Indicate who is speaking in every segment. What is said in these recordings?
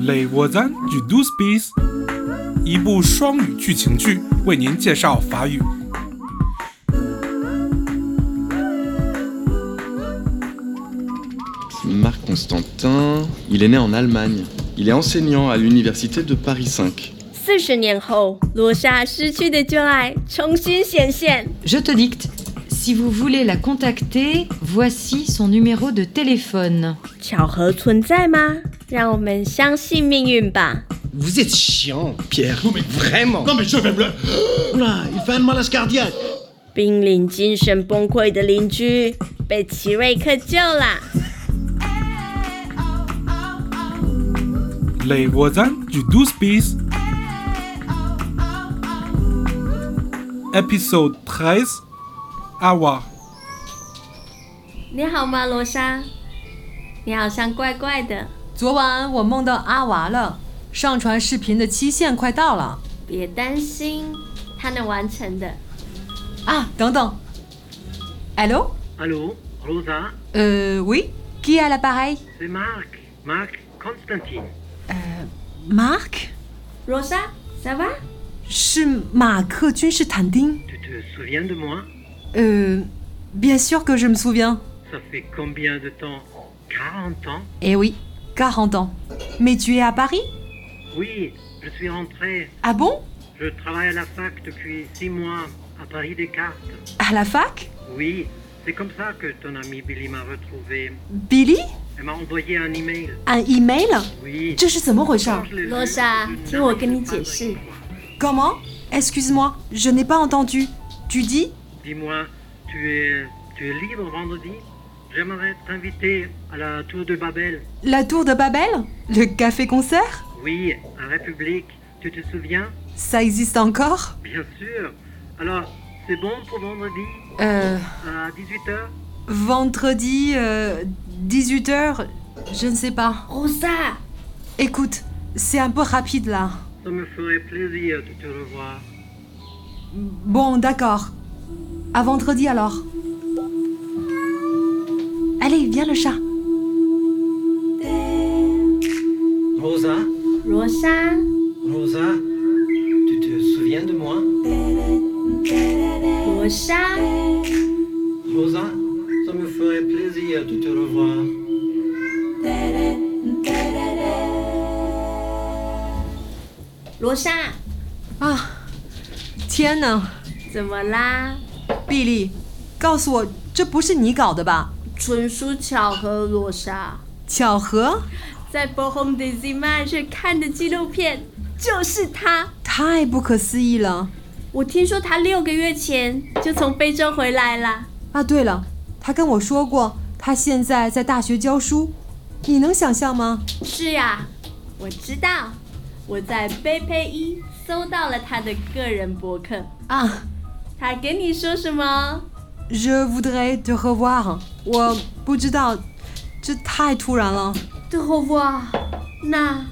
Speaker 1: Les voisins du d o u s p i s 一部双语剧情剧，为您介绍法语。
Speaker 2: Marc Constantin, il est né en Allemagne. Il est enseignant à l'université de Paris 5.
Speaker 3: 四十年后，罗莎失去的旧爱重新显现。
Speaker 4: Je te dicte. Si vous voulez la contacter, voici son numéro de téléphone.
Speaker 3: 巧合存在吗？让我们相信命运吧。
Speaker 5: Vous êtes chiant, Pierre. Non mais vraiment.
Speaker 6: Non mais je vais me le... Oula, il fait un malaise cardiaque.
Speaker 3: 濒临精神崩溃的邻居被奇瑞克救啦。
Speaker 1: Les voisins du d o u s p i s Episode 13 Awa
Speaker 3: 你好吗，罗莎？你好像怪怪的，
Speaker 7: 昨晚我梦到阿娃了，上传视频的期限快到了
Speaker 3: 别担心，他能完成的。
Speaker 7: 啊！等等，Allô
Speaker 8: Allô, Rosa,
Speaker 7: Euh, oui Qui a l'appareil
Speaker 8: c'est Marc. Marc Constantine.
Speaker 7: Marc
Speaker 3: 罗莎，ça va？
Speaker 7: 是马克君士坦丁。
Speaker 8: Tu te souviens de moi
Speaker 7: Euh, bien sûr que je me souviens.
Speaker 8: Ça fait combien de temps 40 ans
Speaker 7: Eh oui, 40 ans. Mais tu es à Paris
Speaker 8: Oui, je suis rentré.
Speaker 7: Ah bon
Speaker 8: Je travaille à la fac depuis 6 mois à Paris Descartes.
Speaker 7: À la fac
Speaker 8: Oui, c'est comme ça que ton ami Billy m'a retrouvé.
Speaker 7: Billy
Speaker 8: Elle m'a envoyé un email.
Speaker 7: Un email
Speaker 8: Oui.
Speaker 7: 这是怎么回事儿
Speaker 8: Quand je l'ai vu,
Speaker 3: Rosa,
Speaker 8: je
Speaker 3: tu vois,
Speaker 8: n'arrivais
Speaker 3: comme il
Speaker 8: pas
Speaker 3: dit,
Speaker 8: à y
Speaker 3: si.
Speaker 8: croire.
Speaker 7: Comment Excuse-moi, je n'ai pas entendu. Tu dis
Speaker 8: Dis-moi, tu es, tu es libre vendredi J'aimerais t'inviter à la tour de Babel.
Speaker 7: la tour de Babel Le café-concert
Speaker 8: Oui, à République. Tu te souviens
Speaker 7: Ça existe encore
Speaker 8: Bien sûr. Alors, c'est bon pour vendredi
Speaker 7: Euh...
Speaker 8: à 18h
Speaker 7: Vendredi 18h, je ne sais pas.
Speaker 3: 罗莎，
Speaker 7: Écoute, c'est un peu rapide là.
Speaker 8: Ça me ferait plaisir de te revoir.
Speaker 7: Bon, d'accord. À vendredi alors. Allez, viens le chat.
Speaker 5: Rosa,
Speaker 3: 罗莎，
Speaker 5: Rosa, tu te souviens de moi
Speaker 3: 罗莎，
Speaker 5: Rosa, ça me ferait plaisir de te revoir.
Speaker 3: 罗莎，
Speaker 7: Ah, tiens, hein,
Speaker 3: 怎么啦？
Speaker 7: Billy, 告诉我，这不是你搞的吧？
Speaker 3: 纯属巧合，罗莎。
Speaker 7: 巧合？
Speaker 3: 在 Bohom d e s i m a 看的纪录片就是他。
Speaker 7: 太不可思议了！
Speaker 3: 我听说他六个月前就从非洲回来啦。
Speaker 7: 啊，对了，他跟我说过，他现在在大学教书，你能想象吗？
Speaker 3: 是呀、我知道，我在贝佩一搜到了他的个人博客。
Speaker 7: 啊，
Speaker 3: 他跟你说什么？
Speaker 7: Je voudrais te revoir。我不知道，这太突然了。
Speaker 3: 对哇，那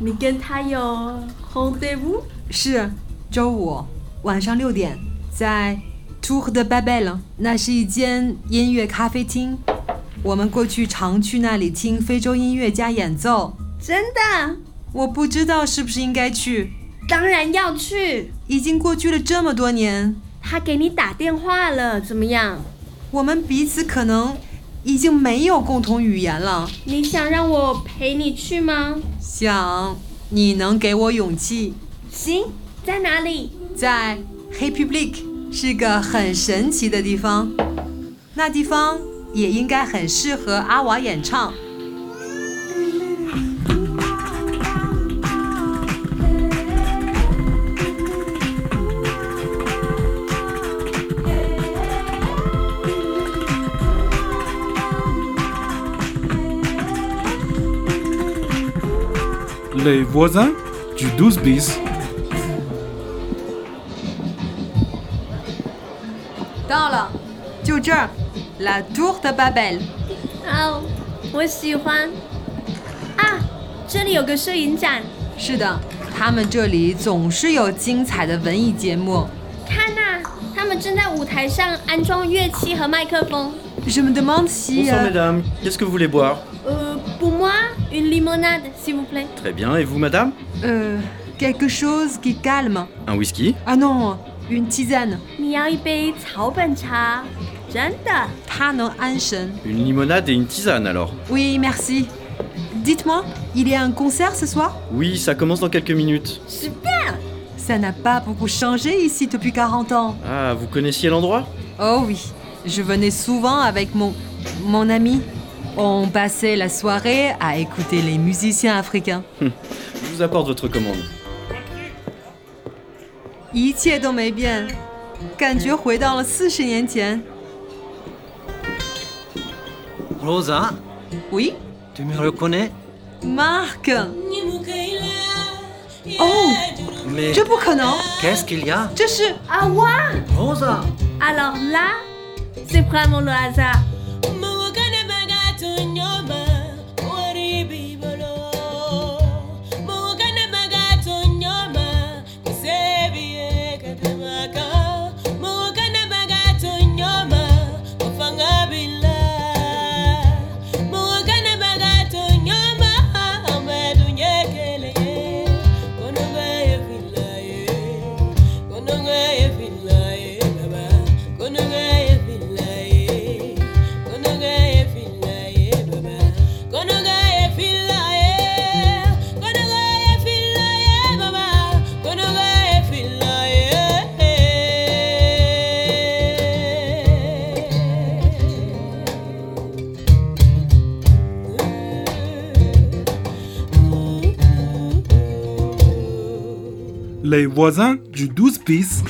Speaker 3: 你跟他有 rendezvous？
Speaker 7: 是周五晚上六点，在 Tour de Babel，那是一间音乐咖啡厅。我们过去常去那里听非洲音乐家演奏。
Speaker 3: 真的？
Speaker 7: 我不知道是不是应该去，
Speaker 3: 当然要去。
Speaker 7: 已经过去了这么多年，
Speaker 3: 他给你打电话了，怎么样？
Speaker 7: 我们彼此可能已经没有共同语言了。
Speaker 3: 你想让我陪你去吗？
Speaker 7: 想你能给我勇气。
Speaker 3: 行，在哪里？
Speaker 7: 在 Republic 是个很神奇的地方，那地方也应该很适合阿瓦演唱。
Speaker 1: Les voisins du 12 bis
Speaker 7: 到了，就这儿，La Tour de Babel。
Speaker 3: 哦，我喜欢。啊，这里有个摄影展，
Speaker 7: 是的，他们这里总是有精彩的文艺节目。
Speaker 3: 看呐、他们正在舞台上安装乐器和麦克风。
Speaker 7: Je me demande si
Speaker 5: Bonsoir
Speaker 7: euh,
Speaker 5: mesdames, qu'est-ce que vous voulez boire
Speaker 3: 呃， Pour moi, une limonade, s'il vous plaît.
Speaker 9: Très bien, et vous, madame
Speaker 7: Euh, quelque chose qui calme.
Speaker 9: Un whisky
Speaker 7: Ah non, une tisane.
Speaker 3: 你要一杯草本茶，真的？
Speaker 7: 它能安神.
Speaker 9: Une limonade et une tisane, alors
Speaker 7: Oui, merci. Dites-moi, il y a un concert ce soir
Speaker 9: Oui, ça commence dans quelques minutes.
Speaker 7: Ça n'a pas beaucoup changé ici depuis 40 ans.
Speaker 9: Ah, vous connaissiez l'endroit
Speaker 7: Oh oui, je venais souvent avec mon, mon ami. On passait la soirée à écouter les musiciens africains.
Speaker 9: Je vous apporte votre commande.
Speaker 7: 一切都没变，感觉回到了四十年前。
Speaker 5: Rosa,
Speaker 7: Oui,
Speaker 5: tu me reconnais
Speaker 7: Marc. Oh,
Speaker 5: Mais
Speaker 7: 这不可能，
Speaker 5: qu'est-ce qu'il y a
Speaker 7: 这是
Speaker 3: Ah ouais
Speaker 5: Rosa
Speaker 3: Alors là, c'est vraiment le hasard.
Speaker 1: Les voisins du 12 bis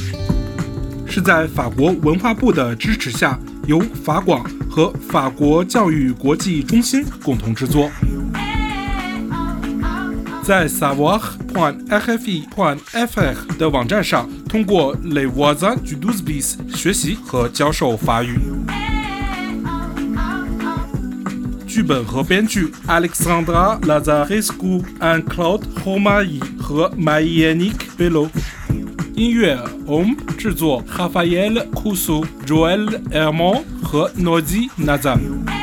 Speaker 1: 是在法国文化部的支持下，由法广和法国教育国际中心共同制作。在 savoir.rfi.fr 的网站上，通过 Les voisins du 12 bis 学习和教授法语。剧本和编剧 Alexandra Lazarescu、Anne Claude Homai 和 m a y a n i k Bello，音乐 Om 制作 Rafael Cusu、Joel e r m o n 和 Nozi Nazam。